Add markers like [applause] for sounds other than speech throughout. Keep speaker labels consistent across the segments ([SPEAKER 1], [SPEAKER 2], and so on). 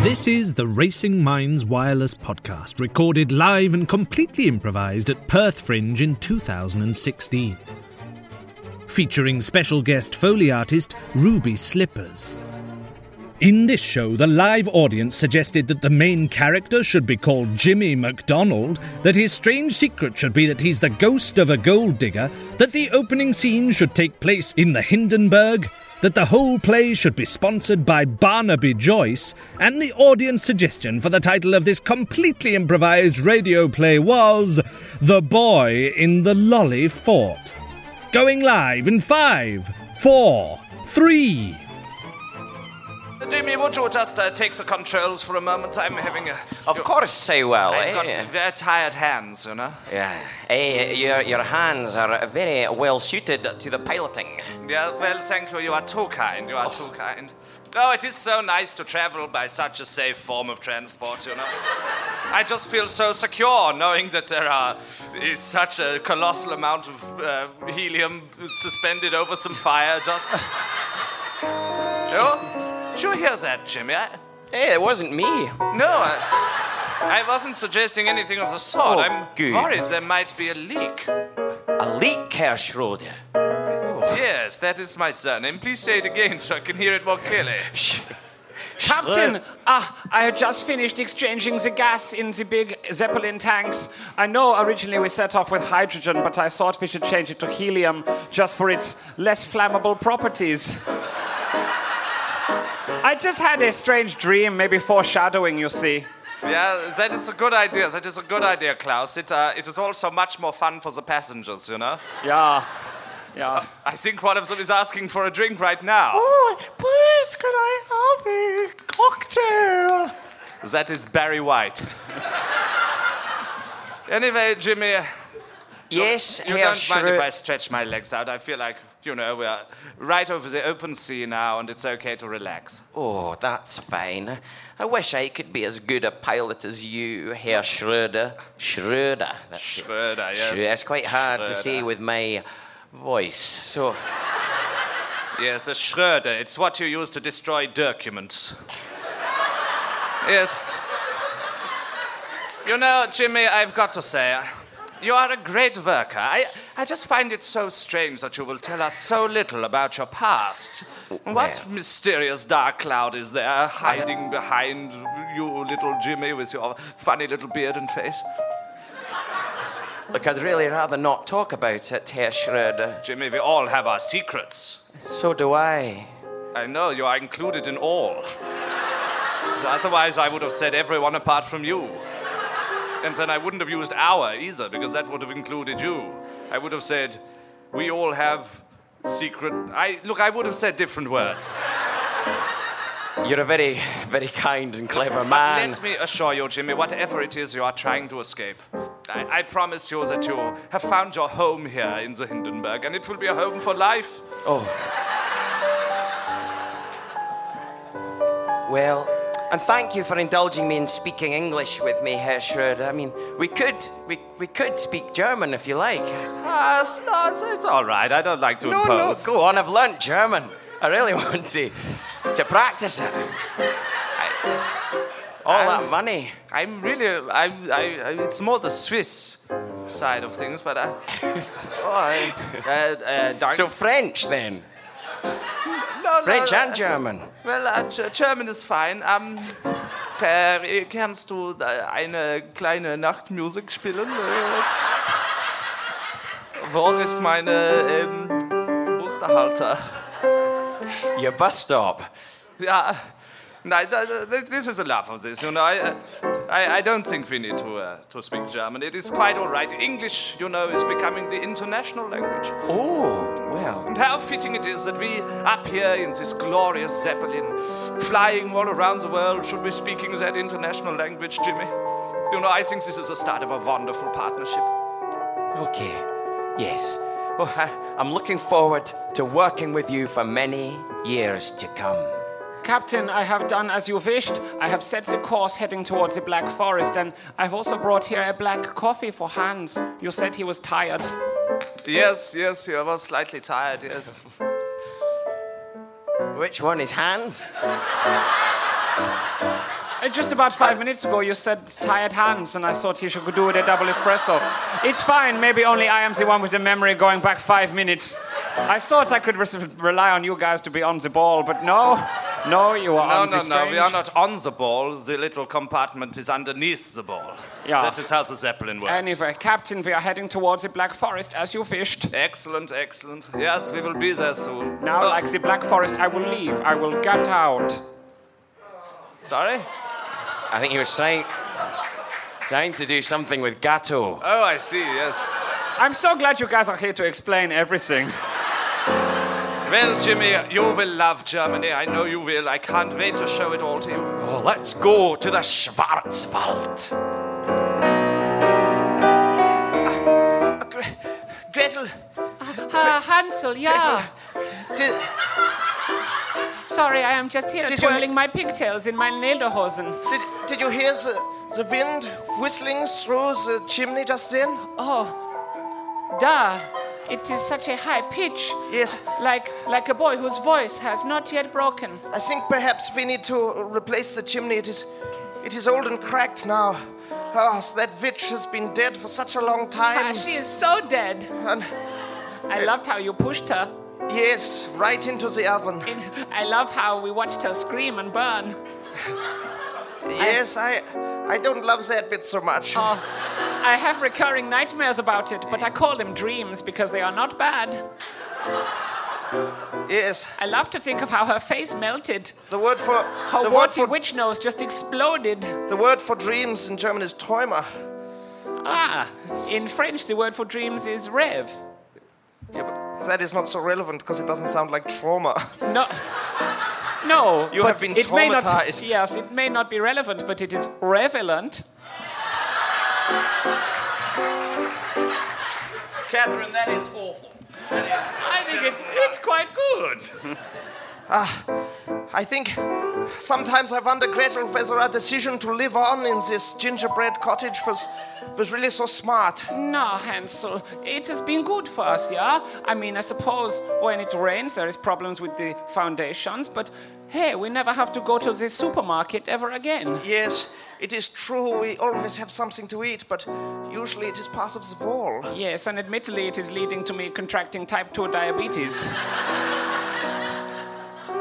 [SPEAKER 1] This is the Racing Minds Wireless podcast, recorded live and completely improvised at Perth Fringe in 2016. Featuring special guest Foley artist Ruby Slippers. In this show, the live audience suggested that the main character should be called Jimmy MacDonald, that his strange secret should be that he's the ghost of a gold digger, that the opening scene should take place in the Hindenburg, that the whole play should be sponsored by Barnaby Joyce, and the audience suggestion for the title of this completely improvised radio play was The Boy in the Lolly Fort. Going live in five, four, three.
[SPEAKER 2] Jimmy, would you just uh, take the controls for a moment? I'm having a.
[SPEAKER 3] Of course, say well.
[SPEAKER 2] I've
[SPEAKER 3] eh?
[SPEAKER 2] got very tired hands, you know.
[SPEAKER 3] Yeah. Eh, your, your hands are very well suited to the piloting.
[SPEAKER 2] Yeah, well, thank you. You are too kind. You are too kind. Oh, it is so nice to travel by such a safe form of transport, you know. I just feel so secure knowing that there are, is such a colossal amount of uh, helium suspended over some fire. Just. oh, did you hear that, Jimmy? I,
[SPEAKER 3] Hey, it wasn't me.
[SPEAKER 2] No, I, I wasn't suggesting anything of the sort.
[SPEAKER 3] Oh,
[SPEAKER 2] I'm
[SPEAKER 3] good.
[SPEAKER 2] worried there might be a leak.
[SPEAKER 3] A leak, Herr Schroeder.
[SPEAKER 2] Yes, that is my surname. Please say it again so I can hear it more clearly.
[SPEAKER 4] Captain, ah, I have just finished exchanging the gas in the big Zeppelin tanks. I know originally we set off with hydrogen, but I thought we should change it to helium just for its less flammable properties. I just had a strange dream, maybe foreshadowing, you see.
[SPEAKER 2] Yeah, that is a good idea. That is a good idea, Klaus. It, uh, it is also much more fun for the passengers, you know?
[SPEAKER 4] Yeah, yeah.
[SPEAKER 2] I think one of them is asking for a drink right now.
[SPEAKER 4] Oh, please, could I have a cocktail?
[SPEAKER 2] That is Barry White. [laughs] anyway, Jimmy, uh,
[SPEAKER 3] Yes,
[SPEAKER 2] You
[SPEAKER 3] Herr
[SPEAKER 2] don't mind if I
[SPEAKER 3] Schroeder.
[SPEAKER 2] stretch my legs out. I feel like, you know, we're right over the open sea now and it's okay to relax.
[SPEAKER 3] Oh, that's fine. I wish I could be as good a pilot as you, Herr Schroeder. Schroeder. That's it.
[SPEAKER 2] Schroeder, yes.
[SPEAKER 3] Schroeder. It's quite hard to say
[SPEAKER 2] Schroeder.
[SPEAKER 3] with my voice. So,
[SPEAKER 2] Yes, a Schroeder. It's what you use to destroy documents. yes. You know, Jimmy, I've got to say, you are a great worker. I, I just find it so strange that you will tell us so little about your past. What
[SPEAKER 3] well.
[SPEAKER 2] mysterious dark cloud is there hiding behind you, little Jimmy, with your funny little beard and face?
[SPEAKER 3] look, I'd really rather not talk about it, Herr Schroeder.
[SPEAKER 2] Jimmy, we all have our secrets.
[SPEAKER 3] So do I.
[SPEAKER 2] I know you are included in all. Otherwise, I would have said everyone apart from you. And then I wouldn't have used our either, because that would have included you. I would have said, we all have secret. I look. I would have said different words.
[SPEAKER 3] You're a very, very kind and clever
[SPEAKER 2] But
[SPEAKER 3] man.
[SPEAKER 2] let me assure you, Jimmy, whatever it is you are trying to escape, I, I promise you that you have found your home here in the Hindenburg, and it will be a home for life.
[SPEAKER 3] Oh. Well, and thank you for indulging me in speaking English with me, Herr Schroeder. I mean, we could we, we could speak German if you like.
[SPEAKER 2] Ah, it's, no, it's- it's all right. I don't like to
[SPEAKER 3] No, no,
[SPEAKER 2] impose.
[SPEAKER 3] go on. I've learnt German. I really [laughs] want to to practice it. I- all that money.
[SPEAKER 2] I'm really, I, I, I, it's more the Swiss side of things, but I, [laughs] oh, I, uh, uh, dark-
[SPEAKER 3] So French then,
[SPEAKER 2] no, no,
[SPEAKER 3] French
[SPEAKER 2] no,
[SPEAKER 3] and German.
[SPEAKER 2] Well, uh, Ge- German is fine. Um, äh, kannst du da eine kleine Nachtmusik spielen? Äh, Wo ist meine ähm, Musterhalter?
[SPEAKER 3] Your bus stop.
[SPEAKER 2] Yeah. No, th- th- th- this is enough of this. You know, I, uh, I, I don't think we need to uh, to speak German. It is quite all right. English, you know, is becoming the international language.
[SPEAKER 3] Oh, well.
[SPEAKER 2] And how fitting it is that we, up here in this glorious Zeppelin, flying all around the world, should be speaking that international language, Jimmy. You know, I think this is the start of a wonderful partnership.
[SPEAKER 3] Okay. Yes. Well, Oh, I, I'm looking forward to working with you for many years to come.
[SPEAKER 4] Captain, I have done as you wished. I have set the course heading towards the Black Forest, and I've also brought here a black coffee for Hans. You said he was tired.
[SPEAKER 2] Yes, yes, I was slightly tired, yes.
[SPEAKER 3] Which one is Hans?
[SPEAKER 4] Uh, Just about five minutes ago, you said tired hands, and I thought he should do the double espresso. It's fine. Maybe only I am the one with the memory going back five minutes. I thought I could re- rely on you guys to be on the ball, but no, no, you are
[SPEAKER 2] No,
[SPEAKER 4] on the
[SPEAKER 2] no, no. We
[SPEAKER 4] strange-
[SPEAKER 2] are not on the ball. The little compartment is underneath the ball.
[SPEAKER 4] Yeah.
[SPEAKER 2] That is how the Zeppelin works.
[SPEAKER 4] Anyway, Captain, we are heading towards the Black Forest as you wished.
[SPEAKER 2] Excellent, excellent. Yes, we will be there soon.
[SPEAKER 4] Now,
[SPEAKER 2] Oh,
[SPEAKER 4] like the Black Forest, I will leave. I will get out.
[SPEAKER 2] Sorry?
[SPEAKER 3] I think you were saying, trying to do something with Gato.
[SPEAKER 2] Oh, I see, yes.
[SPEAKER 4] I'm so glad you guys are here to explain everything.
[SPEAKER 2] Well, Jimmy, you will love Germany. I know you will. I can't wait to show it all to you.
[SPEAKER 3] Oh, let's go to the Schwarzwald. Gretel,
[SPEAKER 5] Uh, Hansel, yeah.
[SPEAKER 3] did,
[SPEAKER 5] Sorry, I am just here
[SPEAKER 6] Did you-
[SPEAKER 5] twirling my pigtails in my lederhosen.
[SPEAKER 6] Did, did you hear the, the wind whistling through the chimney just then?
[SPEAKER 5] Duh. It is such a high pitch,
[SPEAKER 6] Yes,
[SPEAKER 5] like like a boy whose voice has not yet broken.
[SPEAKER 6] I think perhaps we need to replace the chimney. It is, it is old and cracked now. Ah, that witch has been dead for such a long
[SPEAKER 5] Ah,
[SPEAKER 6] time.
[SPEAKER 5] she is so dead.
[SPEAKER 6] and
[SPEAKER 5] I loved how you pushed her.
[SPEAKER 6] yes, right into the oven.
[SPEAKER 5] I love how we watched her scream and burn.
[SPEAKER 6] Yes, I, I don't love that bit so much.
[SPEAKER 5] Ah. I have recurring nightmares about it, but I call them dreams because they are not bad.
[SPEAKER 6] yes,
[SPEAKER 5] I love to think of how her face melted,
[SPEAKER 6] the word for
[SPEAKER 5] how
[SPEAKER 6] the word
[SPEAKER 5] warty
[SPEAKER 6] for
[SPEAKER 5] witch nose just exploded.
[SPEAKER 6] the word for dreams in German is Träumer.
[SPEAKER 5] Ah, in French, the word for dreams is rêve.
[SPEAKER 6] Yeah, but that is not so relevant because it doesn't sound like trauma. [laughs]
[SPEAKER 5] No. No.
[SPEAKER 6] You
[SPEAKER 5] but
[SPEAKER 6] have been
[SPEAKER 5] it may not-
[SPEAKER 6] traumatized.
[SPEAKER 5] yes, it may not be relevant, but it is relevant.
[SPEAKER 6] Catherine, that is awful.
[SPEAKER 5] I think it's, it's quite good.
[SPEAKER 6] I think sometimes I wonder, Gretel, whether our decision to live on in this gingerbread cottage was was really so smart.
[SPEAKER 5] No, Hansel, it has been good for us, yeah? I mean, I suppose when it rains, there is problems with the foundations, but hey, we never have to go to the supermarket ever again.
[SPEAKER 6] Yes, it is true. We always have something to eat, but usually it is part of the wall.
[SPEAKER 5] Yes, and admittedly, it is leading to me contracting type 2 diabetes.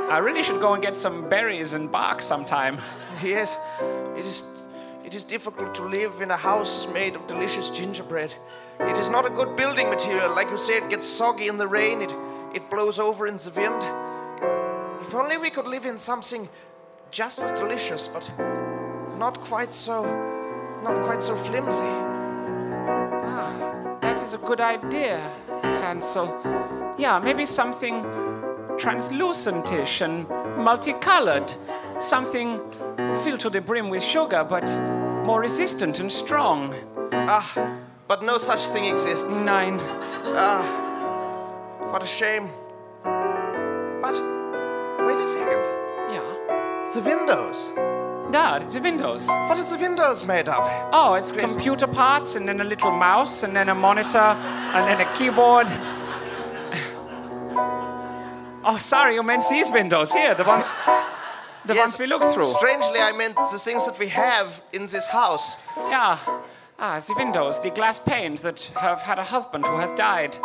[SPEAKER 5] I really should go and get some berries and bark sometime.
[SPEAKER 6] Yes, it is. It is difficult to live in a house made of delicious gingerbread. It is not a good building material. Like you say, it gets soggy in the rain. It it blows over in the wind. If only we could live in something just as delicious, but not quite so, not quite so flimsy.
[SPEAKER 5] That is a good idea, Hansel. Yeah, maybe something translucentish and multicolored. Something filled to the brim with sugar, but more resistant and strong.
[SPEAKER 6] Ah, but no such thing exists.
[SPEAKER 5] Nine.
[SPEAKER 6] What a shame. But wait a second.
[SPEAKER 5] Yeah.
[SPEAKER 6] The windows.
[SPEAKER 5] Dad, the windows.
[SPEAKER 6] What is the windows made of?
[SPEAKER 5] Oh, it's computer parts, and then a little mouse, and then a monitor, and then a keyboard. [laughs] Oh, sorry, you meant these windows here, the ones, the ones we look through.
[SPEAKER 6] Strangely, I meant the things that we have in this house.
[SPEAKER 5] Yeah. Ah, the windows, the glass panes that have had a husband who has died.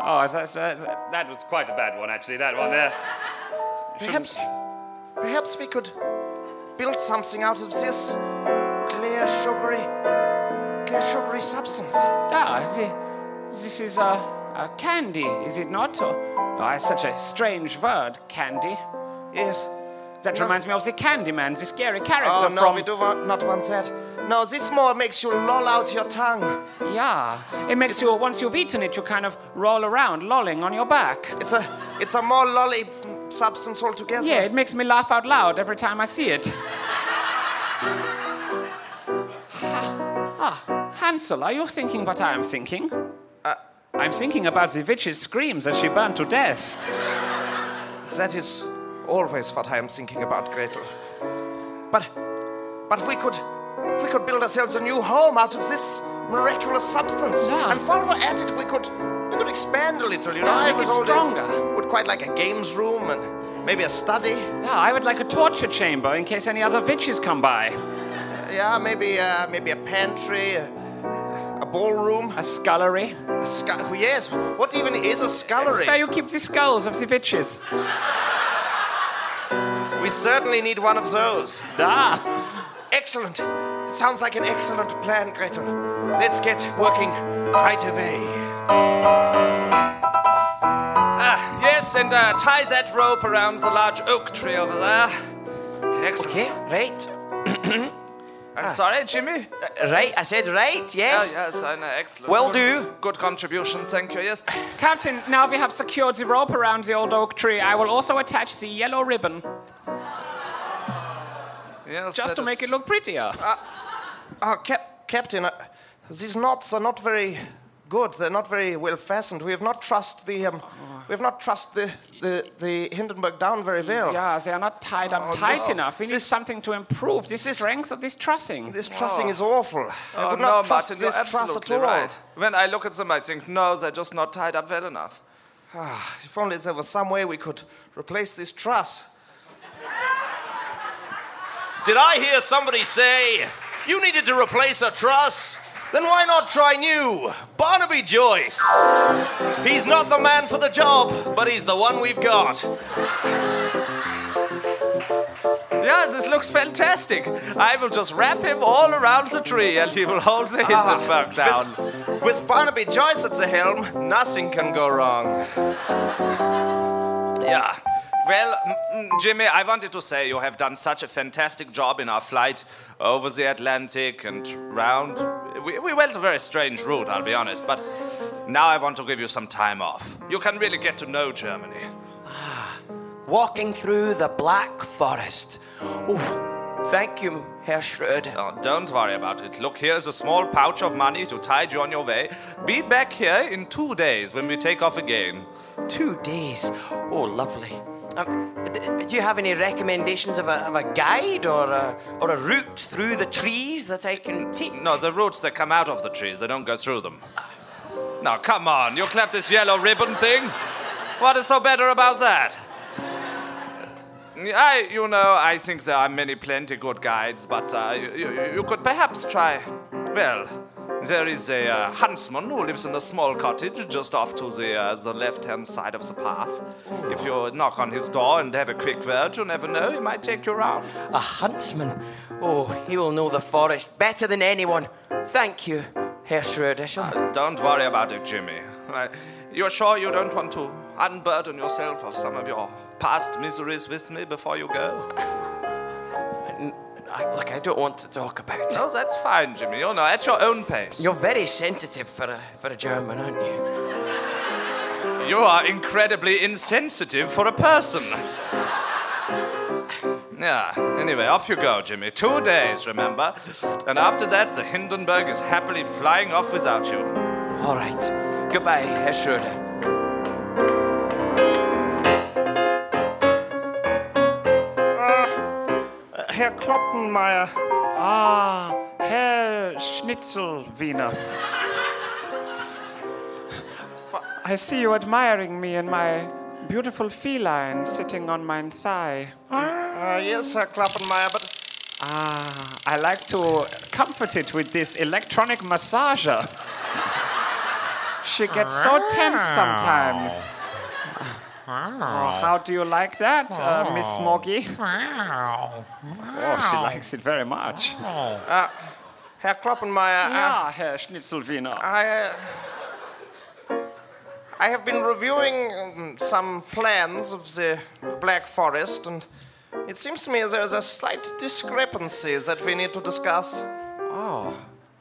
[SPEAKER 4] Oh, that, that, that was quite a bad one, actually, that one there.
[SPEAKER 6] Perhaps, perhaps we could build something out of this clear, sugary, clear, sugary substance.
[SPEAKER 5] Ah, the, this is a, a candy, is it not? Or, oh, it's such a strange word, candy.
[SPEAKER 6] Yes.
[SPEAKER 5] That
[SPEAKER 6] No.
[SPEAKER 5] reminds me of the Candyman, the scary character
[SPEAKER 6] Oh no,
[SPEAKER 5] from.
[SPEAKER 6] we do wa- not want that. No, this more makes you loll out your tongue.
[SPEAKER 5] Yeah, it makes you once you've eaten it, you kind of roll around, lolling on your back.
[SPEAKER 6] It's a, it's a more lolly substance altogether.
[SPEAKER 5] Yeah, it makes me laugh out loud every time I see it. [laughs] ah, Hansel, are you thinking what I am thinking?
[SPEAKER 6] Uh,
[SPEAKER 5] I'm thinking about the witch's screams as she burned to death.
[SPEAKER 6] That is always what I am thinking about, Gretel. But, but we could, we could build ourselves a new home out of this miraculous substance.
[SPEAKER 5] Yeah.
[SPEAKER 6] And while we're at it, we could, we could expand a little. You know,
[SPEAKER 5] Yeah,
[SPEAKER 6] I
[SPEAKER 5] make
[SPEAKER 6] was
[SPEAKER 5] it
[SPEAKER 6] already-
[SPEAKER 5] stronger.
[SPEAKER 6] Would quite like a games room and Maybe a study?
[SPEAKER 4] No,
[SPEAKER 5] Ah,
[SPEAKER 4] I would like a torture chamber in case any other witches come by.
[SPEAKER 6] Yeah, maybe uh, maybe a pantry, a, a ballroom.
[SPEAKER 4] A scullery.
[SPEAKER 6] A scu- yes, what even is a
[SPEAKER 4] That's
[SPEAKER 6] scullery?
[SPEAKER 4] where you keep the skulls of the witches.
[SPEAKER 6] We certainly need one of those.
[SPEAKER 4] Da.
[SPEAKER 6] Excellent. It sounds like an excellent plan, Gretel. Let's get working right away.
[SPEAKER 2] Ah, yes, and uh, tie that rope around the large oak tree over there. Excellent.
[SPEAKER 3] Okay, right.
[SPEAKER 2] I'm sorry, Jimmy.
[SPEAKER 3] Right, I said right,
[SPEAKER 2] Ah,
[SPEAKER 3] yes.
[SPEAKER 2] yes, I know. Excellent.
[SPEAKER 3] Will
[SPEAKER 2] Good-
[SPEAKER 3] do.
[SPEAKER 2] Good contribution, thank you. Yes.
[SPEAKER 5] Captain, now we have secured the rope around the old oak tree. I will also attach the yellow ribbon
[SPEAKER 2] yes
[SPEAKER 5] just
[SPEAKER 2] that
[SPEAKER 5] to make
[SPEAKER 2] is-
[SPEAKER 5] it look prettier.
[SPEAKER 6] Ah, cap- Captain, uh, these knots are not very good. They're not very well fastened. We have not trust the um, we have not trust the, the, the Hindenburg down very well.
[SPEAKER 5] yeah, they are not tied up
[SPEAKER 6] Oh,
[SPEAKER 5] tight
[SPEAKER 6] this-
[SPEAKER 5] enough. We need
[SPEAKER 6] this-
[SPEAKER 5] something to improve the strength of this trussing.
[SPEAKER 6] This trussing is awful. I
[SPEAKER 2] Oh,
[SPEAKER 6] would
[SPEAKER 2] no,
[SPEAKER 6] not trust
[SPEAKER 2] Martin, you're
[SPEAKER 6] this truss at
[SPEAKER 2] absolutely
[SPEAKER 6] all.
[SPEAKER 2] right. When I look at them, I think, no, they're just not tied up well enough.
[SPEAKER 6] Ah, If only there was some way we could replace this truss. Did I hear somebody say you needed to replace a truss? Then why not try new? Barnaby Joyce. He's not the man for the job, but he's the one we've got.
[SPEAKER 2] Yeah, this looks fantastic. I will just wrap him all around the tree and he will hold
[SPEAKER 6] Ah,
[SPEAKER 2] the Hindenburg down.
[SPEAKER 6] With, with Barnaby Joyce at the helm, nothing can go wrong.
[SPEAKER 2] Yeah. Well, mm, mm, Jimmy, I wanted to say you have done such a fantastic job in our flight over the Atlantic and round. We, we went a very strange route, I'll be honest, but now I want to give you some time off. You can really get to know Germany.
[SPEAKER 3] Walking through the Black Forest. Oh, thank you, Herr Schröder.
[SPEAKER 2] Oh, don't worry about it. Look, here's a small pouch of money to tide you on your way. Be back here in two days when we take off again.
[SPEAKER 3] Two days. Oh, lovely. Um, d- do you have any recommendations of a, of a guide or a, or a route through the trees that I can take?
[SPEAKER 2] No, the roots that come out of the trees, they don't go through them. Now, come on, you clap this yellow ribbon thing. What is so better about that? I, you know, I think there are many plenty good guides, but uh, you, you, you could perhaps try. Well, there is a uh, huntsman who lives in a small cottage just off to the, uh, the left hand side of the path. If you knock on his door and have a quick word, you never know, he might take you round.
[SPEAKER 3] A huntsman. Oh, he will know the forest better than anyone. Thank you, Herr Schröder. Shall-
[SPEAKER 2] Don't worry about it, Jimmy. I- You're sure you don't want to unburden yourself of some of your past miseries with me before you go?
[SPEAKER 3] I, look, I don't want to talk about it.
[SPEAKER 2] No, that's fine, Jimmy. You know, at your own pace.
[SPEAKER 3] You're very sensitive for a, for a German, aren't you?
[SPEAKER 2] You are incredibly insensitive for a person. Yeah, anyway, off you go, Jimmy. Two days, remember? And after that, the Hindenburg is happily flying off without you.
[SPEAKER 3] All right. Goodbye, Herr Schröder.
[SPEAKER 6] Herr Kloppenmeier,
[SPEAKER 4] Ah, Herr Schnitzel Wiener. I see you admiring me and my beautiful feline sitting on my thigh.
[SPEAKER 5] Ah.
[SPEAKER 6] Uh, yes, Herr Kloppenmeier, but
[SPEAKER 4] Ah, I like to comfort it with this electronic massager. She gets so tense sometimes. Oh, how do you like that, uh, Miss Smoggy? [laughs] Oh, she likes it very much.
[SPEAKER 6] Herr Kloppenmeier, uh,
[SPEAKER 4] Ah, Herr Schnitzelwiener.
[SPEAKER 6] I, uh, I have been reviewing um, some plans of the Black Forest, and it seems to me there's a slight discrepancy that we need to discuss. Oh.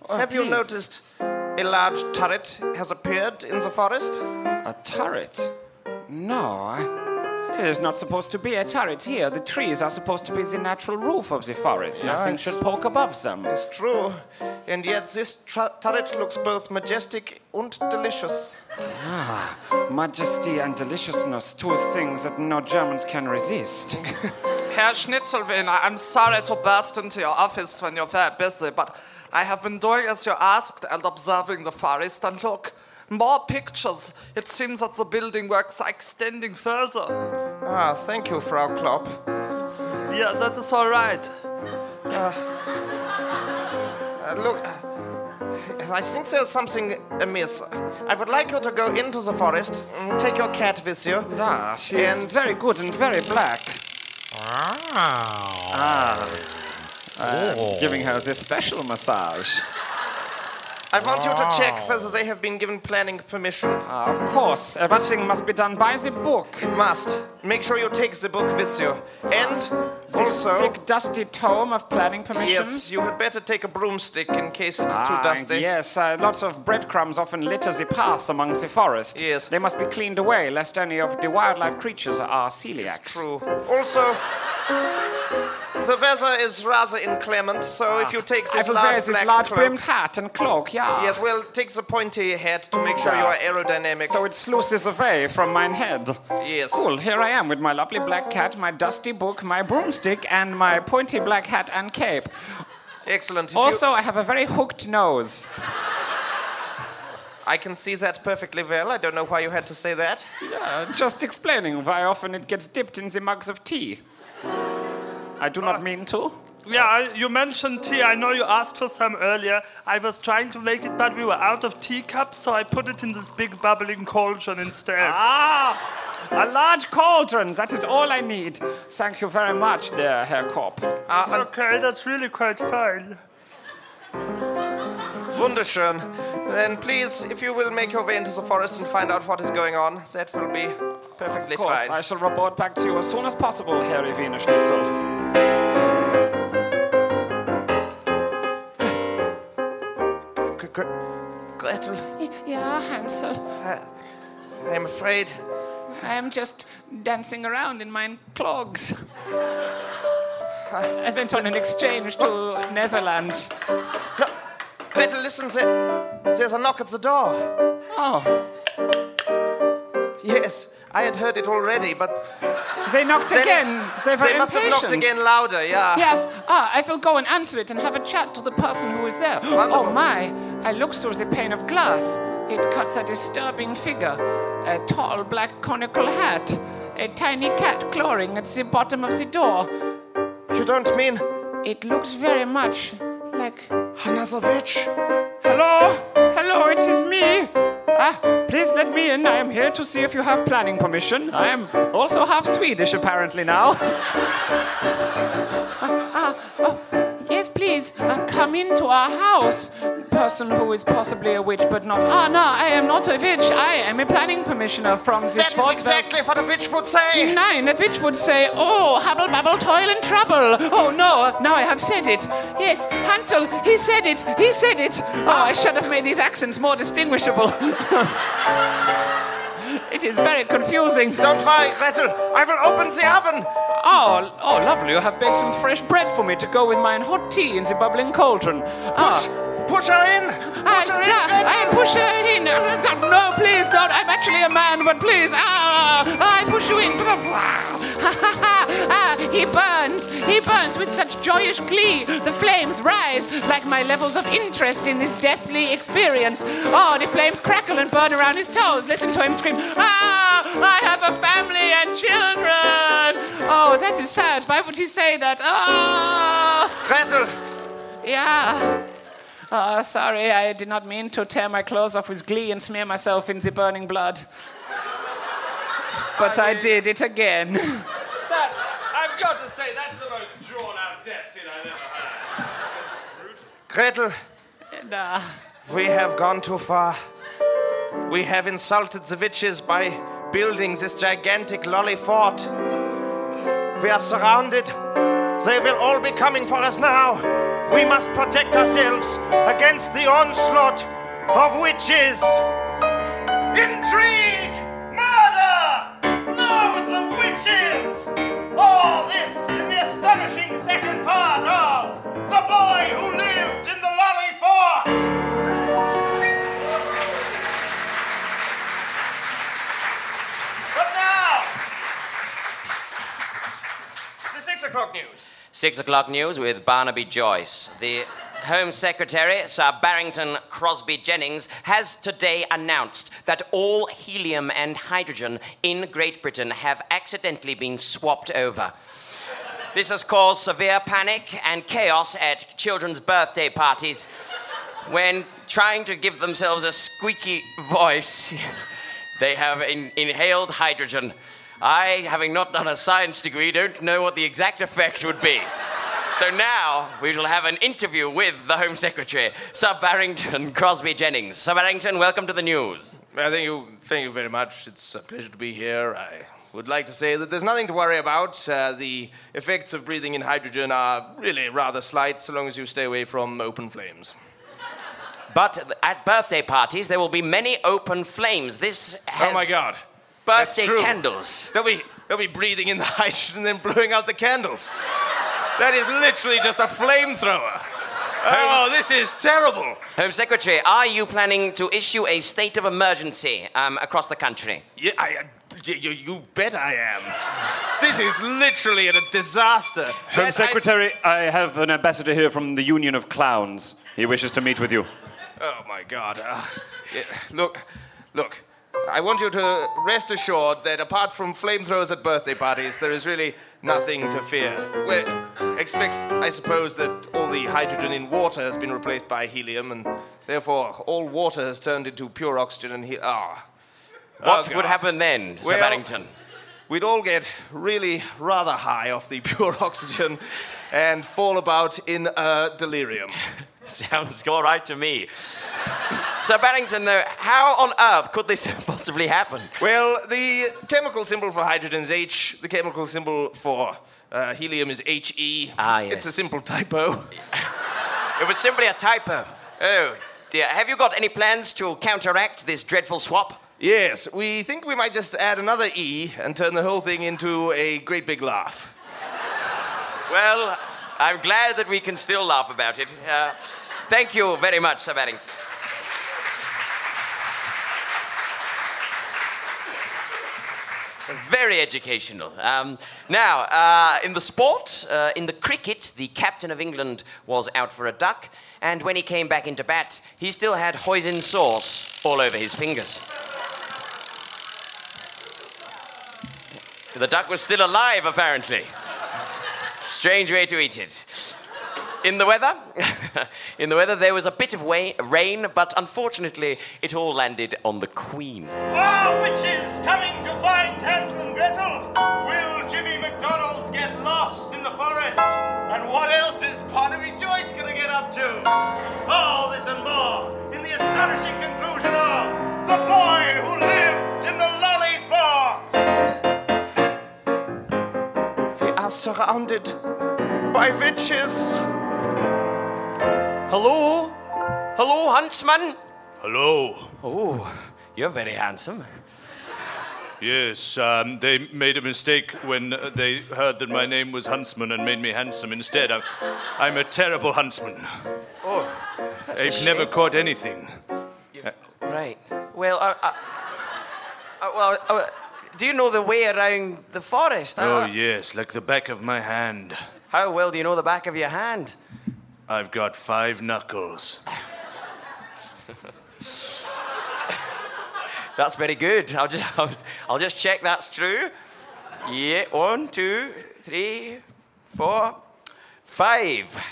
[SPEAKER 6] have you
[SPEAKER 4] please.
[SPEAKER 6] noticed a large turret has appeared in the forest?
[SPEAKER 4] A turret? No, I... There's not supposed to be a turret here. The trees are supposed to be the natural roof of the forest. Nothing
[SPEAKER 6] Yes.
[SPEAKER 4] should poke above them.
[SPEAKER 6] It's true, and yet this tra- turret looks both majestic and delicious.
[SPEAKER 4] Majesty and deliciousness, two things that no Germans can resist.
[SPEAKER 2] Herr Schnitzelwiener, I'm sorry to burst into your office when you're very busy, but I have been doing as you asked and observing the forest. And look, more pictures. It seems that the building works are extending further.
[SPEAKER 6] Ah, thank you, Frau Klopp.
[SPEAKER 2] Yeah, that is all right.
[SPEAKER 6] Uh, look, uh, I think there's something amiss. I would like you to go into the forest and take your cat with you.
[SPEAKER 4] Ah, she is
[SPEAKER 6] And-
[SPEAKER 4] very good and very black.
[SPEAKER 7] Oh.
[SPEAKER 4] Giving her this special massage.
[SPEAKER 6] I want you to check whether they have been given planning permission.
[SPEAKER 4] Ah, of course, everything must be done by the book.
[SPEAKER 6] Must. Make sure you take the book with you. And
[SPEAKER 4] This
[SPEAKER 6] also,
[SPEAKER 4] thick, dusty tome of planning permission.
[SPEAKER 6] yes, you had better take a broomstick in case it is
[SPEAKER 4] Ah,
[SPEAKER 6] too dusty.
[SPEAKER 4] and Yes, uh, lots of breadcrumbs often litter the paths among the forest.
[SPEAKER 6] Yes.
[SPEAKER 4] They must be cleaned away, lest any of the wildlife creatures are celiacs.
[SPEAKER 6] True. Also, the weather is rather inclement, so if you take
[SPEAKER 4] Ah, I
[SPEAKER 6] this
[SPEAKER 4] prefer
[SPEAKER 6] large
[SPEAKER 4] this
[SPEAKER 6] black
[SPEAKER 4] large
[SPEAKER 6] cloak,
[SPEAKER 4] brimmed hat and cloak, yeah.
[SPEAKER 6] yes, well, take the pointy hat to make sure you are
[SPEAKER 4] Yes.
[SPEAKER 6] aerodynamic.
[SPEAKER 4] So it sluices away from mine head.
[SPEAKER 6] Yes.
[SPEAKER 4] Cool, here I am with my lovely black cat, my dusty book, my broomstick, and my pointy black hat and cape.
[SPEAKER 6] Excellent. If you-
[SPEAKER 4] Also, I have a very hooked nose.
[SPEAKER 6] I can see that perfectly well. I don't know why you had to say that.
[SPEAKER 4] Yeah, just explaining why often it gets dipped in the mugs of tea. I do not mean to.
[SPEAKER 7] Yeah, I- you mentioned tea. I know you asked for some earlier. I was trying to make it, but we were out of teacups, so I put it in this big bubbling cauldron instead.
[SPEAKER 4] Ah! A large cauldron, that is all I need. Thank you very much, dear Herr Korb.
[SPEAKER 6] Ah,
[SPEAKER 7] It's okay, that's really quite fine.
[SPEAKER 6] Wunderschön. Then please, if you will make your way into the forest and find out what is going on, that will be perfectly
[SPEAKER 4] Of course,
[SPEAKER 6] fine.
[SPEAKER 4] I shall report back to you as soon as possible, Harry Wiener Schnitzel.
[SPEAKER 6] Gre- Gre- Gretel,
[SPEAKER 5] Yeah, Hansel.
[SPEAKER 6] I am afraid.
[SPEAKER 5] I am just dancing around in mine
[SPEAKER 6] [laughs]
[SPEAKER 5] clogs. I went on an exchange to Netherlands.
[SPEAKER 6] No, Gretel, listen. There, there's a knock at the door.
[SPEAKER 5] Oh,
[SPEAKER 6] Yes, I had heard it already, but
[SPEAKER 5] they knocked
[SPEAKER 6] then
[SPEAKER 5] again.
[SPEAKER 6] it-
[SPEAKER 5] they were
[SPEAKER 6] they must have knocked
[SPEAKER 5] impatient.
[SPEAKER 6] again louder. Yeah.
[SPEAKER 5] Yes, ah, I will go and answer it and have a chat to the person who is there.
[SPEAKER 6] Wonderful.
[SPEAKER 5] Oh my, I look through the pane of glass. It cuts a disturbing figure. A tall black conical hat. A tiny cat clawing at the bottom of the door.
[SPEAKER 6] You don't mean
[SPEAKER 5] It looks very much like.
[SPEAKER 6] another witch?
[SPEAKER 4] Hello? Hello, it is me. Ah, please let me in. I am here to see if you have planning permission. I am also half Swedish, apparently, now. Ah, oh,
[SPEAKER 5] Yes, please, uh, come into our house. Person who is possibly a witch, but not. Ah, no, I am not a witch. I am a planning commissioner from the
[SPEAKER 6] That is
[SPEAKER 5] Schwarzwald-
[SPEAKER 6] exactly what a witch would say.
[SPEAKER 5] Nine, a witch would say, Oh, hubble bubble, toil and trouble. Oh no, now I have said it. Yes, Hansel, he said it, he said it. Oh, I should have made these accents more distinguishable. [laughs] it is very confusing.
[SPEAKER 6] Don't worry, Gretel. I will open the oven.
[SPEAKER 4] Oh, oh, lovely. You have baked some fresh bread for me to go with mine hot tea in the bubbling cauldron. Ah,
[SPEAKER 6] Push her in.
[SPEAKER 5] I,
[SPEAKER 6] Push her in, Gretel.
[SPEAKER 5] uh, I push her in. No, please don't. I'm actually a man, but please. Ah, I push you in. [laughs] Ah, he burns. He burns with such joyous glee. The flames rise like my levels of interest in this deathly experience. Oh, the flames crackle and burn around his toes. Listen to him scream. Ah, I have a family and children. Oh, that is sad. Why would he say that? Ah.
[SPEAKER 6] Gretel.
[SPEAKER 5] Yeah. Oh, sorry, I did not mean to tear my clothes off with glee and smear myself in the burning blood. But I did it again.
[SPEAKER 2] I've got to say, that's the most drawn out death scene I've ever had.
[SPEAKER 6] Gretel.
[SPEAKER 5] And, uh,
[SPEAKER 6] We have gone too far. We have insulted the witches by building this gigantic lolly fort. We are surrounded. They will all be coming for us now. We must protect ourselves against the onslaught of witches. Intrigue! Murder! Loads of witches! All this in the astonishing second part of The Boy Who Lived in the Lolly Fort! But now, the six o'clock news.
[SPEAKER 3] Six o'clock news with Barnaby Joyce. The Home Secretary, Sir Barrington Crosby Jennings, has today announced that all helium and hydrogen in Great Britain have accidentally been swapped over. This has caused severe panic and chaos at children's birthday parties when trying to give themselves a squeaky voice. [laughs] They have in- inhaled hydrogen. I, having not done a science degree, don't know what the exact effect would be. So now we shall have an interview with the Home Secretary, Sir Barrington Crosby Jennings. Sir Barrington, welcome to the news.
[SPEAKER 6] Uh, thank you, thank you very much. It's a pleasure to be here. I would like to say that there's nothing to worry about. Uh, the effects of breathing in hydrogen are really rather slight, so long as you stay away from open flames.
[SPEAKER 3] But at birthday parties, there will be many open flames. This has
[SPEAKER 6] oh my God! That's
[SPEAKER 3] birthday
[SPEAKER 6] true.
[SPEAKER 3] candles.
[SPEAKER 6] They'll be they'll be breathing in the [laughs] hydrogen, and then blowing out the candles. that is literally just a flamethrower. Oh, this is terrible.
[SPEAKER 3] Home Secretary, are you planning to issue a state of emergency um, across the country?
[SPEAKER 6] Yeah, I, I- y- you, you bet I am. This is literally a disaster.
[SPEAKER 4] Home
[SPEAKER 6] That
[SPEAKER 4] Secretary, I have an ambassador here from the Union of Clowns. He wishes to meet with you.
[SPEAKER 6] I- oh my God. Ah, yeah, look, look. I want you to rest assured that apart from flamethrowers at birthday parties, there is really nothing to fear. Well, expect, I suppose, that all the hydrogen in water has been replaced by helium, and therefore all water has turned into pure oxygen and helium. Ah,
[SPEAKER 3] What
[SPEAKER 6] God.
[SPEAKER 3] would happen then, Sir
[SPEAKER 6] Well-
[SPEAKER 3] Barrington?
[SPEAKER 6] we'd all get really rather high off the [laughs] pure oxygen and fall about in uh, delirium.
[SPEAKER 3] [laughs] Sounds all right to me. Sir Barrington, though, how on earth could this [laughs] possibly happen?
[SPEAKER 6] Well, the chemical symbol for hydrogen is H. The chemical symbol for uh, helium is He.
[SPEAKER 3] Ah, yes.
[SPEAKER 6] It's a simple typo.
[SPEAKER 3] It was simply a typo. Oh, dear. Have you got any plans to counteract this dreadful swap?
[SPEAKER 6] Yes, we think we might just add another E and turn the whole thing into a great big laugh.
[SPEAKER 3] Well, I'm glad that we can still laugh about it. Uh, thank you very much, Sir Barrington. Very educational. Um, now, uh, in the sport, uh, in the cricket, the captain of England was out for a duck, and when he came back into bat, he still had hoisin sauce all over his fingers. The duck was still alive, apparently. Strange way to eat it. In the weather, [laughs] in the weather, there was a bit of way, rain, but unfortunately, it all landed on the Queen.
[SPEAKER 8] Are Ah, witches coming to find Hansel and Gretel? Will Jimmy McDonald get lost in the forest? And what else is Barnaby Joyce gonna get up to? All this and more in the astonishing conclusion of The Boy Who Lived in the Lolly Fort.
[SPEAKER 6] We are surrounded by witches.
[SPEAKER 3] Hello, hello, huntsman.
[SPEAKER 8] Hello.
[SPEAKER 3] You're very handsome.
[SPEAKER 8] Yes, um, they made a mistake when uh, they heard that my name was Huntsman and made me handsome instead. I'm, I'm a terrible huntsman. Oh, I've never caught anything.
[SPEAKER 3] Right. Well, uh, uh, uh, well, uh, do you know the way around the forest?
[SPEAKER 8] Oh,
[SPEAKER 3] Uh,
[SPEAKER 8] yes, like the back of my hand.
[SPEAKER 3] How well do you know the back of your hand?
[SPEAKER 8] I've got five knuckles.
[SPEAKER 3] That's very good. I'll just, [laughs] I'll, I'll just check that's true. Yeah, one, two, three, four, five.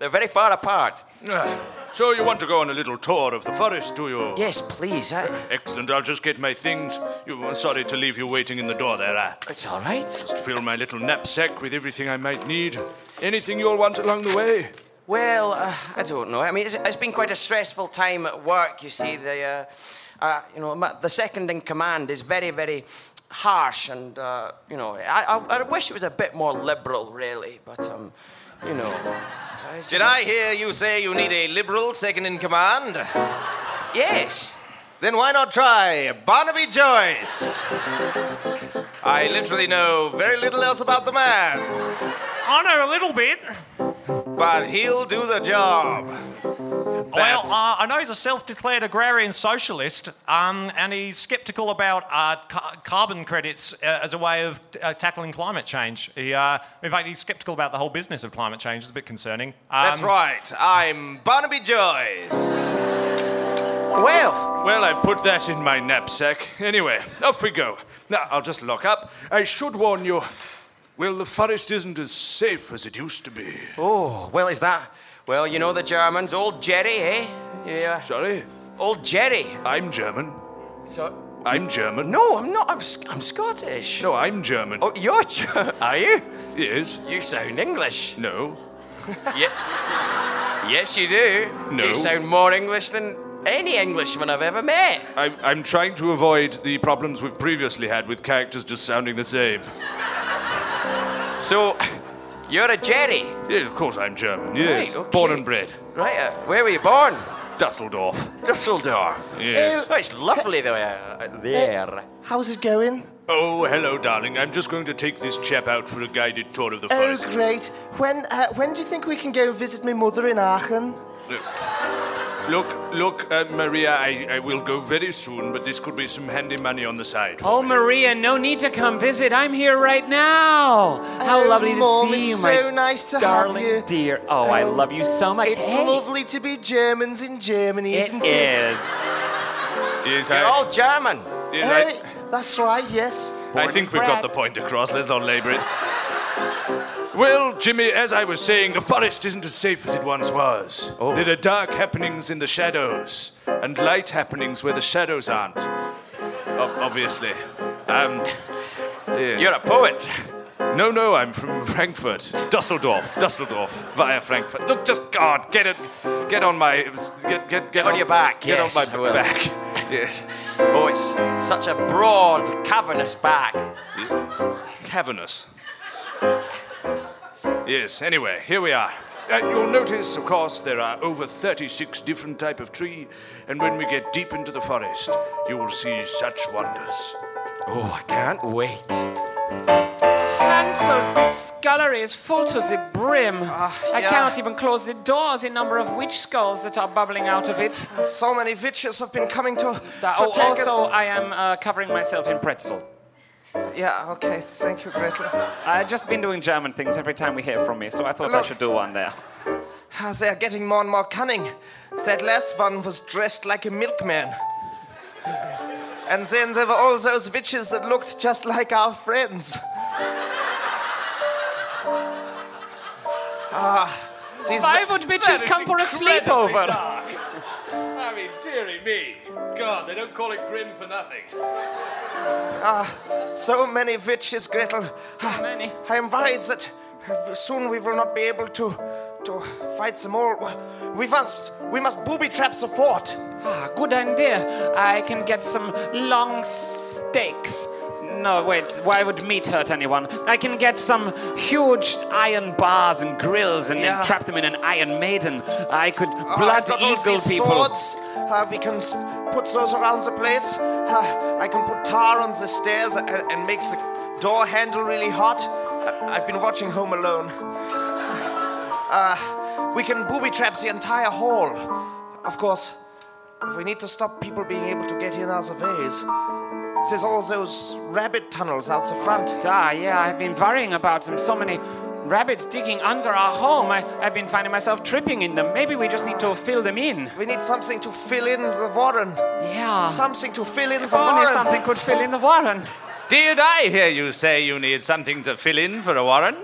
[SPEAKER 3] They're very far apart.
[SPEAKER 8] So you want to go on a little tour of the forest, do you?
[SPEAKER 3] Yes, please. I,
[SPEAKER 8] Excellent. I'll just get my things. You, sorry to leave you waiting in the door there. I
[SPEAKER 3] it's all right.
[SPEAKER 8] fill my little knapsack with everything I might need. Anything you'll want along the way.
[SPEAKER 3] Well, uh, I don't know. I mean, it's, it's been quite a stressful time at work. You see, the, uh, uh, you know, my- the second in command is very, very harsh, and uh, you know, I, I, I wish it was a bit more liberal, really. But um, you know, I just-
[SPEAKER 6] Did I hear you say you need a liberal second in command?
[SPEAKER 3] Yes.
[SPEAKER 6] Then why not try Barnaby Joyce? I literally know very little else about the man,
[SPEAKER 7] I know a little bit.
[SPEAKER 6] but he'll do the job.
[SPEAKER 9] Well,
[SPEAKER 6] That's-
[SPEAKER 5] um,
[SPEAKER 9] uh, I know he's a self-declared agrarian socialist, um, and he's sceptical about uh, ca- carbon credits uh, as a way of uh, tackling climate change. He, uh, in fact, he's sceptical about the whole business of climate change. It's a bit concerning. Um,
[SPEAKER 6] That's right. I'm Barnaby Joyce. Well,
[SPEAKER 8] Well, I put that in my knapsack. Anyway, off we go. Now, I'll just lock up. I should warn you. Well, the forest isn't as safe as it used to be.
[SPEAKER 3] Oh, well, is that. Well, you know the Germans. Old Jerry, eh? Yeah.
[SPEAKER 8] Sorry,
[SPEAKER 3] Old Jerry.
[SPEAKER 8] I'm German.
[SPEAKER 3] So.
[SPEAKER 8] I'm German.
[SPEAKER 3] No, I'm not. I'm, Sc- I'm Scottish.
[SPEAKER 8] No, I'm German.
[SPEAKER 3] Oh, you're. [laughs] Ger- Are you?
[SPEAKER 8] Yes.
[SPEAKER 3] You sound English.
[SPEAKER 8] No.
[SPEAKER 3] Yes, you do.
[SPEAKER 8] No.
[SPEAKER 3] You sound more English than any Englishman I've ever met.
[SPEAKER 8] I'm, I'm trying to avoid the problems we've previously had with characters just sounding the same.
[SPEAKER 3] So, you're a Jerry,
[SPEAKER 8] Yeah, of course I'm German. Yes.
[SPEAKER 3] Right, okay.
[SPEAKER 8] Born and bred.
[SPEAKER 3] right? Uh, where were you born?
[SPEAKER 8] Dusseldorf.
[SPEAKER 3] Dusseldorf.
[SPEAKER 8] Yes.
[SPEAKER 3] Oh, it's lovely there. There.
[SPEAKER 6] how's it going?
[SPEAKER 8] Oh, hello, darling. I'm just going to take this chap out for a guided tour of the
[SPEAKER 6] Oh,
[SPEAKER 8] forest.
[SPEAKER 6] great. When uh, when do you think we can go visit my mother in Aachen?
[SPEAKER 8] Look, look, uh, Maria, I, I will go very soon, but this could be some handy money on the side.
[SPEAKER 5] Oh, Maria, no need to come visit. I'm here right now. How
[SPEAKER 6] Oh,
[SPEAKER 5] lovely to
[SPEAKER 6] Mom,
[SPEAKER 5] see
[SPEAKER 6] it's
[SPEAKER 5] you,
[SPEAKER 6] so
[SPEAKER 5] my
[SPEAKER 6] nice to have
[SPEAKER 5] darling
[SPEAKER 6] you.
[SPEAKER 5] dear. Oh, I
[SPEAKER 6] Oh,
[SPEAKER 5] love you so much.
[SPEAKER 6] It's
[SPEAKER 5] Hey,
[SPEAKER 6] lovely to be Germans in Germany,
[SPEAKER 5] It
[SPEAKER 6] isn't
[SPEAKER 5] is.
[SPEAKER 8] Yes,
[SPEAKER 3] You're
[SPEAKER 8] I,
[SPEAKER 3] all German.
[SPEAKER 8] yes, I-
[SPEAKER 6] Hey, that's right, yes.
[SPEAKER 8] I think we've got the point across. Let's not labour it. Well, Jimmy, as I was saying, the forest isn't as safe as it once was.
[SPEAKER 3] Oh.
[SPEAKER 8] There are dark happenings in the shadows, and light happenings where the shadows aren't. O- obviously. Um, yes.
[SPEAKER 3] You're a poet.
[SPEAKER 8] No, no, I'm from Frankfurt, Dusseldorf, Dusseldorf, via Frankfurt. Look, just God, get it, get on my, get, get, get
[SPEAKER 3] On your back,
[SPEAKER 8] get
[SPEAKER 3] yes, I
[SPEAKER 8] on my
[SPEAKER 3] will.
[SPEAKER 8] back. Yes,
[SPEAKER 3] Oh, it's such a broad, cavernous back.
[SPEAKER 8] cavernous. Yes. Anyway, here we are. Uh, you'll notice, of course, there are over 36 different type of tree, and when we get deep into the forest, you will see such wonders.
[SPEAKER 3] Oh, I can't wait.
[SPEAKER 5] Hansel's scullery is full to the brim. I
[SPEAKER 6] Ah, yeah.
[SPEAKER 5] cannot even close the door. The number of witch skulls that are bubbling out of it.
[SPEAKER 6] So many witches have been coming to,
[SPEAKER 5] Uh,
[SPEAKER 6] to
[SPEAKER 5] oh,
[SPEAKER 6] take
[SPEAKER 5] also,
[SPEAKER 6] us.
[SPEAKER 5] I am uh, covering myself in pretzel.
[SPEAKER 6] Yeah, okay, thank you, Gretel.
[SPEAKER 5] I've just been doing German things every time we hear from me, so I thought I
[SPEAKER 6] Look.
[SPEAKER 5] should do one there.
[SPEAKER 6] Ah, they are getting more and more cunning. That last one was dressed like a milkman. And then there were all those witches that looked just like our friends. Ah, these
[SPEAKER 5] Why would bitches come for a sleepover?
[SPEAKER 8] I mean, dearie me, God, they don't call it grim for nothing.
[SPEAKER 6] So many witches, Gretel. So
[SPEAKER 5] many.
[SPEAKER 6] I am worried that uh, soon we will not be able to to fight them all. We must we must booby trap the fort.
[SPEAKER 5] Ah, good idea. I can get some long stakes. No, wait, why would meat hurt anyone? I can get some huge iron bars and grills and
[SPEAKER 6] Yeah.
[SPEAKER 5] then trap them in an iron maiden. I could
[SPEAKER 6] Oh, I've
[SPEAKER 5] blood
[SPEAKER 6] got all
[SPEAKER 5] eagle
[SPEAKER 6] these
[SPEAKER 5] people.
[SPEAKER 6] Swords. Uh, we can s- put those around the place. Uh, I can put tar on the stairs and, and make the door handle really hot. I- I've been watching Home Alone. Uh, we can booby trap the entire hall. Of course, we need to stop people being able to get in other ways. There's all those rabbit tunnels out the front.
[SPEAKER 5] Ah, yeah, I've been worrying about them. So many rabbits digging under our home. I, I've been finding myself tripping in them. Maybe we just need to fill them in.
[SPEAKER 6] We need something to fill in the warren.
[SPEAKER 5] Yeah.
[SPEAKER 6] Something to fill in the
[SPEAKER 5] if only
[SPEAKER 6] warren.
[SPEAKER 5] something could fill in the warren.
[SPEAKER 8] Did I hear you say you need something to fill in for a warren?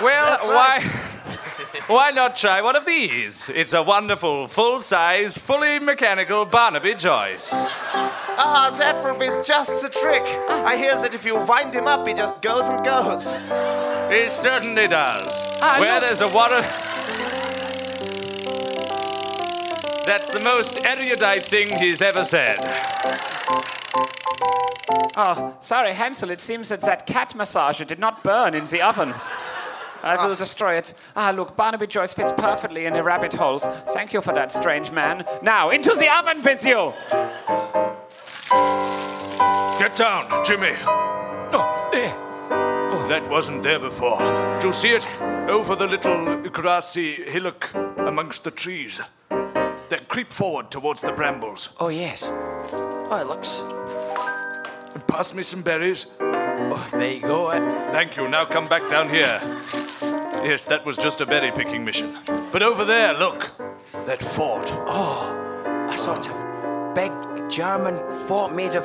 [SPEAKER 8] Well,
[SPEAKER 6] That's right.
[SPEAKER 8] [laughs] why why not try one of these? It's a wonderful, full-size, fully mechanical Barnaby Joyce.
[SPEAKER 6] Ah, that will be just the trick. I hear that if you wind him up, he just goes and goes.
[SPEAKER 8] It certainly does.
[SPEAKER 5] Ah,
[SPEAKER 8] Where
[SPEAKER 5] no.
[SPEAKER 8] there's a warren That's the most erudite thing he's ever said.
[SPEAKER 5] Oh, sorry, Hansel. It seems that that cat massager did not burn in the oven. I will destroy it. Ah, look, Barnaby Joyce fits perfectly in the rabbit holes. Thank you for that, strange man. Now, into the oven with you!
[SPEAKER 8] Get down, Jimmy. Oh, eh. That wasn't there before. Do you see it? Over the little grassy hillock amongst the trees. They creep forward towards the brambles.
[SPEAKER 3] Oh, yes. Oh, it looks.
[SPEAKER 8] Pass me some berries.
[SPEAKER 3] Oh, there you go. eh?
[SPEAKER 8] Thank you. Now come back down here. Yes, that was just a berry picking mission. But over there, look. That fort.
[SPEAKER 3] I a sort of big German fort made of.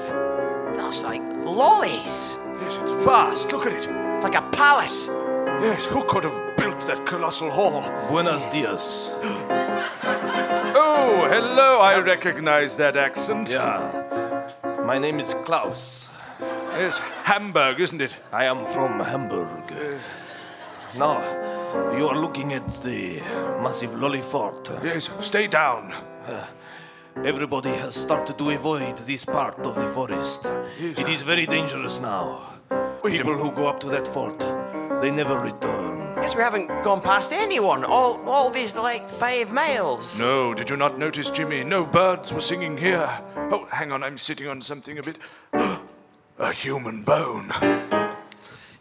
[SPEAKER 3] That's like lollies.
[SPEAKER 10] Yes, it's vast. Look at it.
[SPEAKER 3] It's like a palace.
[SPEAKER 10] Yes, who could have built that colossal hall? [gasps]
[SPEAKER 1] Buenos dias.
[SPEAKER 8] Oh, hello, I recognize that accent.
[SPEAKER 1] Yeah. My name is Klaus.
[SPEAKER 8] It's Hamburg, isn't it?
[SPEAKER 1] I am from Hamburg. Now, you are looking at the massive lolly fort.
[SPEAKER 10] Yes, stay down.
[SPEAKER 1] Everybody has started to avoid this part of the forest. It is very dangerous now. People who go up to that fort, they never return.
[SPEAKER 3] Yes, we haven't gone past anyone. All, all these like five miles.
[SPEAKER 10] No, did you not notice, Jimmy? No birds were singing here. Oh, hang on, I'm sitting on something a bit. [gasps] a human bone.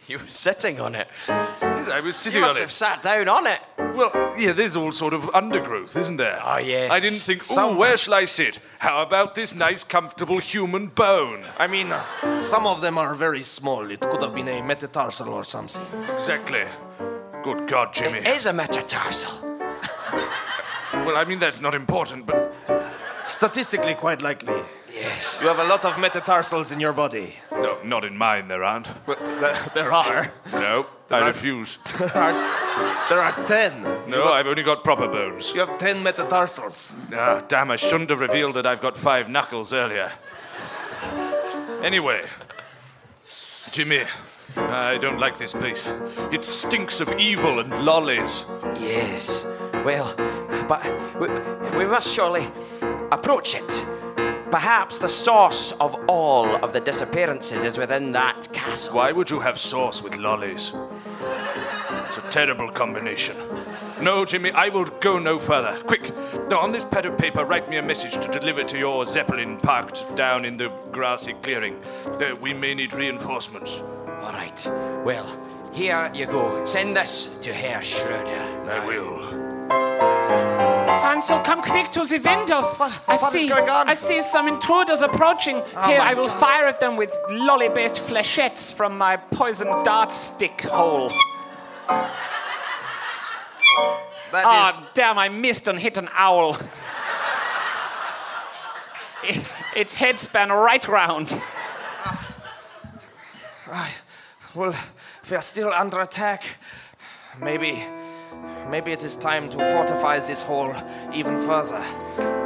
[SPEAKER 3] You were sitting on it.
[SPEAKER 8] I was
[SPEAKER 3] You
[SPEAKER 8] sitting
[SPEAKER 3] must
[SPEAKER 8] on
[SPEAKER 3] have
[SPEAKER 8] it.
[SPEAKER 3] sat down on it.
[SPEAKER 8] Well, yeah, there's all sort of undergrowth, isn't there?
[SPEAKER 3] Ah, yes.
[SPEAKER 8] I didn't think, oh,
[SPEAKER 6] Some-
[SPEAKER 8] where shall I sit? How about this nice, comfortable human bone?
[SPEAKER 1] I mean, uh, some of them are very small. It could have been a metatarsal or something.
[SPEAKER 8] Exactly. Good God, Jimmy.
[SPEAKER 3] It is a metatarsal.
[SPEAKER 8] Well, I mean, that's not important, but
[SPEAKER 1] Statistically, quite likely.
[SPEAKER 3] Yes.
[SPEAKER 1] You have a lot of metatarsals in your body.
[SPEAKER 8] no, not in mine, there aren't.
[SPEAKER 1] Well, there- there are.
[SPEAKER 8] No, I refuse.
[SPEAKER 1] There are ten.
[SPEAKER 8] [laughs] No, I've only got proper bones.
[SPEAKER 1] You have ten metatarsals.
[SPEAKER 8] Ah, damn, I shouldn't have revealed that I've got five knuckles earlier. Anyway, Jimmy, I don't like this place. It stinks of evil and lollies.
[SPEAKER 3] Yes. Well, but we, we must surely approach it. Perhaps the source of all of the disappearances is within that castle.
[SPEAKER 8] Why would you have sauce with lollies? It's a terrible combination. No, Jimmy, I will go no further. Quick, now on this pad of paper, write me a message to deliver to your Zeppelin parked down in the grassy clearing. Uh, we may need reinforcements.
[SPEAKER 3] All right. Well, here you go. Send this to Herr Schröder.
[SPEAKER 8] I will.
[SPEAKER 5] Hansel, come quick to the windows.
[SPEAKER 6] What-
[SPEAKER 5] I
[SPEAKER 6] what is
[SPEAKER 5] see,
[SPEAKER 6] going on? Oh
[SPEAKER 5] I see some intruders approaching. Here, I will fire at them with lolly-based flechettes from my poison dart stick hole.
[SPEAKER 6] That
[SPEAKER 5] Ah,
[SPEAKER 6] is-
[SPEAKER 5] damn, I missed and hit an owl. It- its head span right round.
[SPEAKER 6] Well, we are still under attack. Maybe. Maybe it is time to fortify this hall even further.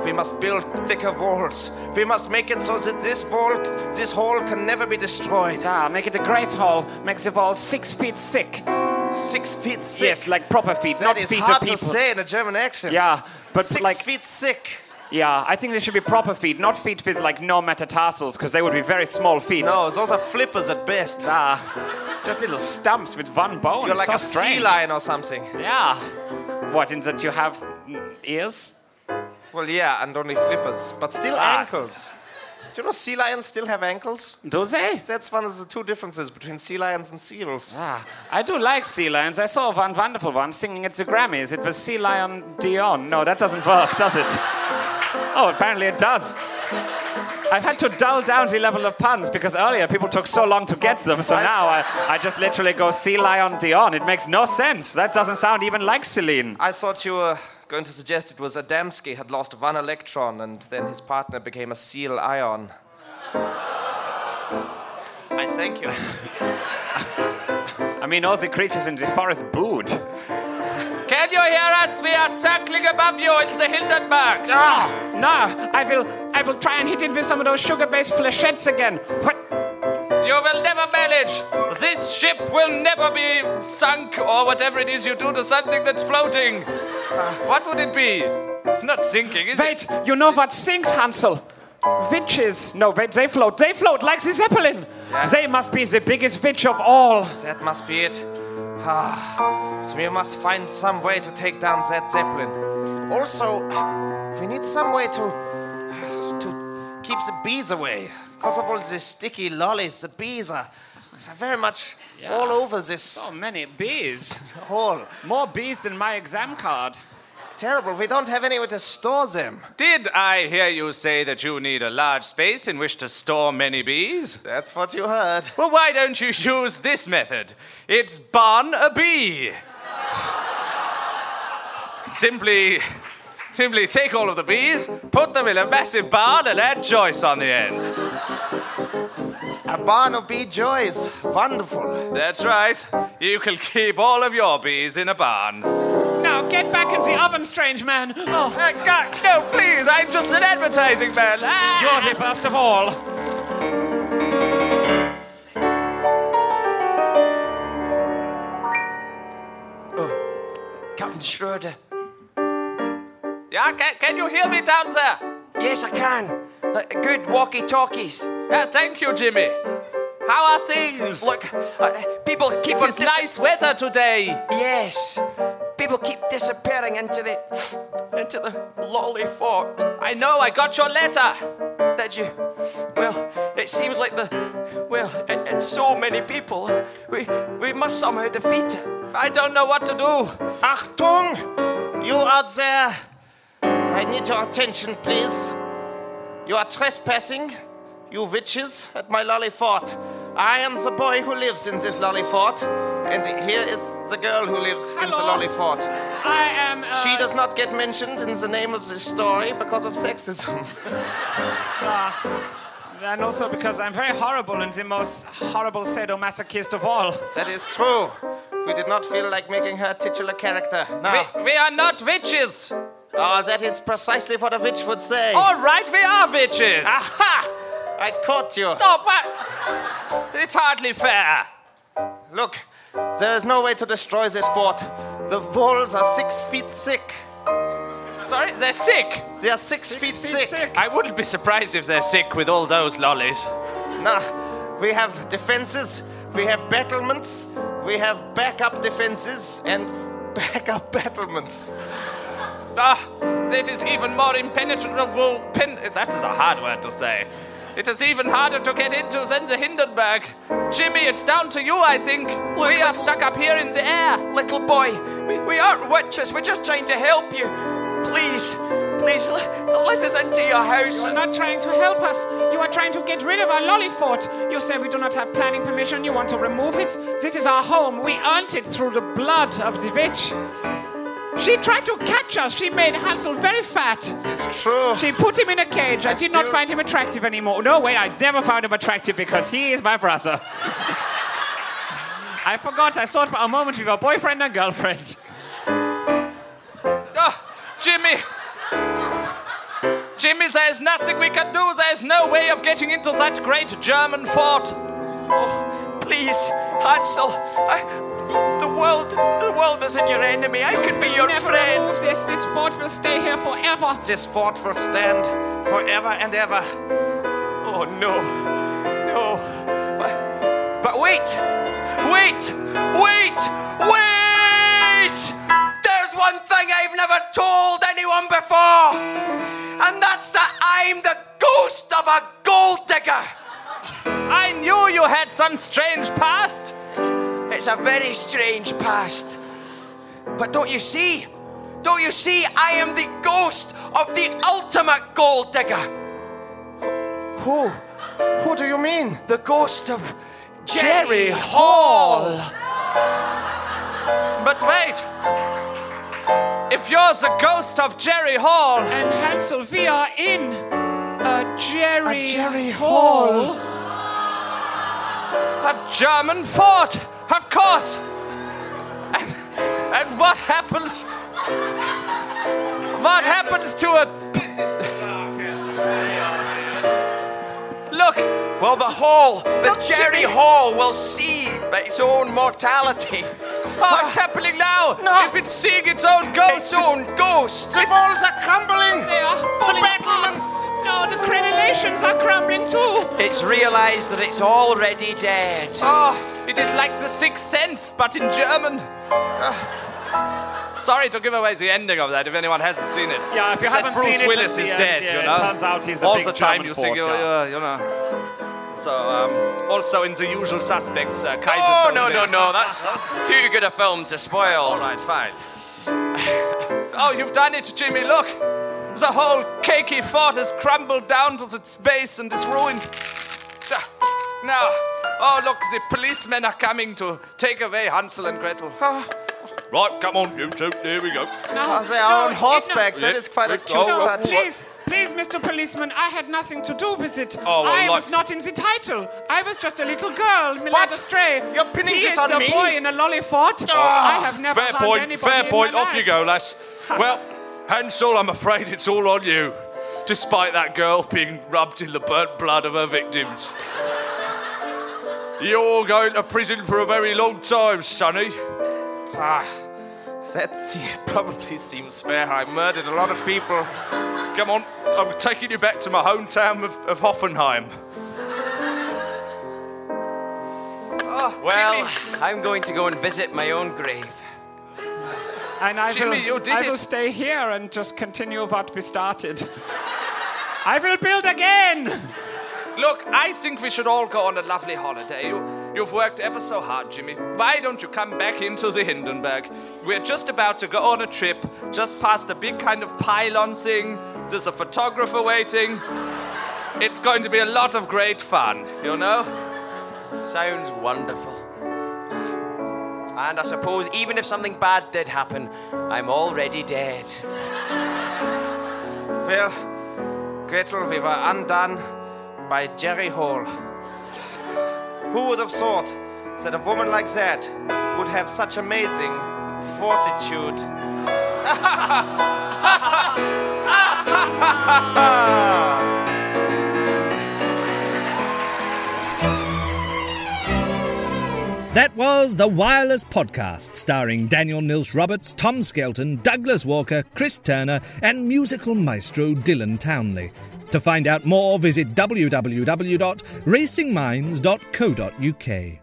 [SPEAKER 6] We must build thicker walls. We must make it so that this wall, this hall can never be destroyed.
[SPEAKER 5] Ah, make it a great hole. Make the wall six feet thick.
[SPEAKER 6] Six feet thick.
[SPEAKER 5] Yes, like proper feet,
[SPEAKER 6] That
[SPEAKER 5] not
[SPEAKER 6] is
[SPEAKER 5] feet
[SPEAKER 6] hard
[SPEAKER 5] of people.
[SPEAKER 6] to say in a German accent.
[SPEAKER 5] Yeah, but
[SPEAKER 6] Six
[SPEAKER 5] like,
[SPEAKER 6] feet thick.
[SPEAKER 5] yeah, I think they should be proper feet, not feet with like no metatarsals, because they would be very small feet.
[SPEAKER 6] No, those are flippers at best.
[SPEAKER 5] Ah, just little stumps with one bone.
[SPEAKER 6] You're like
[SPEAKER 5] so
[SPEAKER 6] a
[SPEAKER 5] strange.
[SPEAKER 6] sea lion or something.
[SPEAKER 5] Yeah. What, in that you have mm, ears?
[SPEAKER 6] Well, yeah, and only flippers, but still
[SPEAKER 5] Ah.
[SPEAKER 6] ankles. Do you know sea lions still have ankles?
[SPEAKER 5] Do they?
[SPEAKER 6] That's one of the two differences between sea lions and seals.
[SPEAKER 5] Ah, I do like sea lions. I saw one wonderful one singing at the Grammys. It was Sea Lion Dion. No, that doesn't work, does it? Oh, apparently it does. I've had to dull down the level of puns because earlier people took so long to get them, so
[SPEAKER 6] I s-
[SPEAKER 5] now I, I just literally go Sea Lion Dion. It makes no sense. That doesn't sound even like Celine.
[SPEAKER 6] I thought you were going to suggest it was Adamski had lost one electron and then his partner became a seal ion. I thank you.
[SPEAKER 5] I mean, all the creatures in the forest booed.
[SPEAKER 8] Can you hear us? We are circling above you. It's a Hindenburg.
[SPEAKER 5] Ah, no, I will, I will try and hit it with some of those sugar-based flechettes again. What?
[SPEAKER 8] You will never manage. This ship will never be sunk or whatever it is you do to something that's floating. What would it be? It's not sinking, is it?
[SPEAKER 5] Wait, you know what sinks, Hansel? Witches. No, wait, they float. They float like the Zeppelin. They must be the biggest witch of all.
[SPEAKER 6] That must be it. Ah, so we must find some way to take down that zeppelin. Also, we need some way to to keep the bees away. Because of all these sticky lollies, the bees are, are very much all over this
[SPEAKER 5] So many bees.
[SPEAKER 6] hall.
[SPEAKER 5] More bees than my exam card.
[SPEAKER 6] It's terrible. We don't have anywhere to store them.
[SPEAKER 8] Did I hear you say that you need a large space in which to store many bees?
[SPEAKER 6] That's what you heard.
[SPEAKER 8] Well, why don't you use this method? It's barn a bee. Simply
[SPEAKER 2] Simply take all of the bees, put them in a massive barn, and add Joyce on the end.
[SPEAKER 6] A barn of bee joys. Wonderful.
[SPEAKER 2] That's right. You can keep all of your bees in a barn. Uh,
[SPEAKER 5] Now get back into the oven, strange man. Oh,
[SPEAKER 2] God, no, please, I'm just an advertising man. Ah.
[SPEAKER 4] You're the first of all.
[SPEAKER 3] Captain Schroeder.
[SPEAKER 2] Yeah, can, can you hear me down there?
[SPEAKER 3] Yes, I can. Uh, good walkie talkies.
[SPEAKER 2] Yes, thank you, Jimmy. How are things?
[SPEAKER 3] Look, uh, people keep
[SPEAKER 2] it
[SPEAKER 3] on
[SPEAKER 2] is
[SPEAKER 3] dis-
[SPEAKER 2] nice weather today.
[SPEAKER 3] Yes, people keep disappearing into the into the lolly fort.
[SPEAKER 2] I know, I got your letter.
[SPEAKER 3] Did you? Well, it seems like the well, it, it's so many people. We we must somehow defeat it.
[SPEAKER 2] I don't know what to do.
[SPEAKER 6] Achtung! You are there. I need your attention, please. You are trespassing, you witches, at my lolly fort. I am the boy who lives in this lolly fort, and here is the girl who lives in the
[SPEAKER 5] Hello.
[SPEAKER 6] lolly fort.
[SPEAKER 5] I am. Uh,
[SPEAKER 6] She does not get mentioned in the name of this story because of
[SPEAKER 5] [laughs]
[SPEAKER 6] sexism.
[SPEAKER 5] And also because I'm very horrible and the most horrible sadomasochist of all.
[SPEAKER 6] that is true. We did not feel like making her titular character. Now,
[SPEAKER 2] We, we are not witches.
[SPEAKER 6] oh, that is precisely what a witch would say.
[SPEAKER 5] Oh,
[SPEAKER 2] All right, we are witches.
[SPEAKER 3] Ah,
[SPEAKER 6] Aha! I caught you.
[SPEAKER 2] Oh, but it's hardly fair.
[SPEAKER 6] Look, there is no way to destroy this fort. The walls are six feet thick.
[SPEAKER 2] Sorry, they're sick.
[SPEAKER 6] They are six, feet, thick.
[SPEAKER 2] I wouldn't be surprised if they're sick with all those lollies.
[SPEAKER 6] Nah, we have defenses, we have battlements, we have backup defenses, and backup [laughs] battlements.
[SPEAKER 2] Ah, that is even more impenetrable. Pen- that is a hard word to say. It is even harder to get into than the Hindenburg. Jimmy, it's down to you, I think. we are stuck up here in the air.
[SPEAKER 3] Little boy, we, we aren't witches. We're just trying to help you. Please, please l- let us into your house.
[SPEAKER 5] You're not trying to help us. You are trying to get rid of our lolly fort. You say we do not have planning permission. You want to remove it. This is our home. We earned it through the blood of the witch. She tried to catch us. She made Hansel very fat.
[SPEAKER 6] It's true.
[SPEAKER 5] She put him in a cage. I did not
[SPEAKER 6] still-
[SPEAKER 5] find him attractive anymore. No way, I never found him attractive because he is my brother. [laughs] I forgot. I thought for a moment we were boyfriend and girlfriend.
[SPEAKER 2] Ah, Jimmy! Jimmy, there is nothing we can do. There is no way of getting into that great German fort.
[SPEAKER 3] Oh, please, Hansel. I, the world, the world isn't your enemy. I could be your
[SPEAKER 5] Never
[SPEAKER 3] friend.
[SPEAKER 5] remove this. This fort will stay here forever.
[SPEAKER 6] This fort will stand forever and ever.
[SPEAKER 3] Oh no, no. But, but wait, wait, wait, wait! There's one thing I've never told anyone before, and that's that I'm the ghost of a gold digger.
[SPEAKER 2] I knew you had some strange past.
[SPEAKER 3] It's a very strange past. But don't you see? Don't you see? I am the ghost of the ultimate gold digger.
[SPEAKER 6] Who? Who do you mean?
[SPEAKER 3] The ghost of Jerry, Hall.
[SPEAKER 2] But wait! If you're the ghost of Jerry Hall,
[SPEAKER 5] And Hansel, we are in a Jerry,
[SPEAKER 6] A Jerry Hall.
[SPEAKER 2] A German fort, of course. And, and what happens? What happens to a? Look,
[SPEAKER 3] Well, the Hall, the Jerry Hall will see its own mortality.
[SPEAKER 2] what's happening now? If it's seeing its own ghost,
[SPEAKER 3] Its own ghost.
[SPEAKER 6] The walls are crumbling!
[SPEAKER 5] They are falling apart.
[SPEAKER 6] battlements.
[SPEAKER 5] No, the crenellations are crumbling too.
[SPEAKER 3] It's realized that it's already dead.
[SPEAKER 2] oh, it is like the Sixth Sense, but in German. Ah. Sorry to give away the ending of that if anyone hasn't seen it.
[SPEAKER 4] Yeah, if you
[SPEAKER 2] It's that
[SPEAKER 4] haven't
[SPEAKER 2] Bruce
[SPEAKER 4] seen it at
[SPEAKER 2] Willis
[SPEAKER 4] the
[SPEAKER 2] is
[SPEAKER 4] end,
[SPEAKER 2] dead,
[SPEAKER 4] yeah,
[SPEAKER 2] you
[SPEAKER 4] it
[SPEAKER 2] know. Oh,
[SPEAKER 4] turns out he's a
[SPEAKER 2] all
[SPEAKER 4] big
[SPEAKER 2] the time
[SPEAKER 4] German
[SPEAKER 2] you think,
[SPEAKER 4] fort,
[SPEAKER 2] uh,
[SPEAKER 4] yeah.
[SPEAKER 2] you know. So, um, also in the usual suspects, uh, Kaiser
[SPEAKER 3] Oh, no,
[SPEAKER 2] Soze.
[SPEAKER 3] no, no. That's
[SPEAKER 4] [laughs]
[SPEAKER 3] too good a film to
[SPEAKER 2] All
[SPEAKER 3] spoil.
[SPEAKER 2] right, fine. [laughs] oh, you've done it, Jimmy. Look, the whole cakey fort has crumbled down to its base and is ruined. Ah, Now, oh look, the policemen are coming to take away Hansel and Gretel.
[SPEAKER 8] Right, come on, you two. Here we go.
[SPEAKER 6] I say, I'm Ah, on horseback, so
[SPEAKER 8] Yeah.
[SPEAKER 6] it is quite a
[SPEAKER 8] Yeah.
[SPEAKER 6] cute
[SPEAKER 8] Oh, oh,
[SPEAKER 6] touch.
[SPEAKER 8] what?
[SPEAKER 5] Please, please, Mr. Policeman, I had nothing to do with it.
[SPEAKER 8] Oh, well,
[SPEAKER 5] I
[SPEAKER 8] like-
[SPEAKER 5] was not in the title. I was just a little girl, led astray.
[SPEAKER 6] You're pinning
[SPEAKER 5] he
[SPEAKER 6] this
[SPEAKER 5] is
[SPEAKER 6] on
[SPEAKER 5] the
[SPEAKER 6] me?
[SPEAKER 5] boy in a lollipot. I have never
[SPEAKER 8] fair
[SPEAKER 5] harmed
[SPEAKER 8] point,
[SPEAKER 5] anybody
[SPEAKER 8] fair
[SPEAKER 5] in
[SPEAKER 8] point.
[SPEAKER 5] my
[SPEAKER 8] Off
[SPEAKER 5] life.
[SPEAKER 8] you go, lass. well, Hansel, I'm afraid it's all on you, despite that girl being rubbed in the burnt blood of her victims. You're going to prison for a very long time, Sonny.
[SPEAKER 6] Ah, [laughs] that se- probably seems fair. I murdered a lot of people.
[SPEAKER 8] Come on, I'm taking you back to my hometown of, of Hoffenheim.
[SPEAKER 3] Well, I'm going to go and visit my own grave.
[SPEAKER 5] And I
[SPEAKER 8] Jimmy,
[SPEAKER 5] will,
[SPEAKER 8] you did
[SPEAKER 5] I will
[SPEAKER 8] it.
[SPEAKER 5] stay here and just continue what we started. I will build again.
[SPEAKER 8] Look, I think we should all go on a lovely holiday. You, you've worked ever so hard, Jimmy. Why don't you come back into the Hindenburg? We're just about to go on a trip, just past a big kind of pylon thing. There's a photographer waiting. It's going to be a lot of great fun, you know?
[SPEAKER 3] Sounds wonderful. Ah. And I suppose even if something bad did happen, I'm already dead.
[SPEAKER 6] Well, Gretel, we were undone by Jerry Hall. Who would have thought that a woman like that would have such amazing fortitude?
[SPEAKER 1] That was the Wireless Podcast, starring Daniel Nils Roberts, Tom Skelton, Douglas Walker, Chris Turner, and musical maestro Dylan Townley. To find out more, visit www.racingminds.co.uk.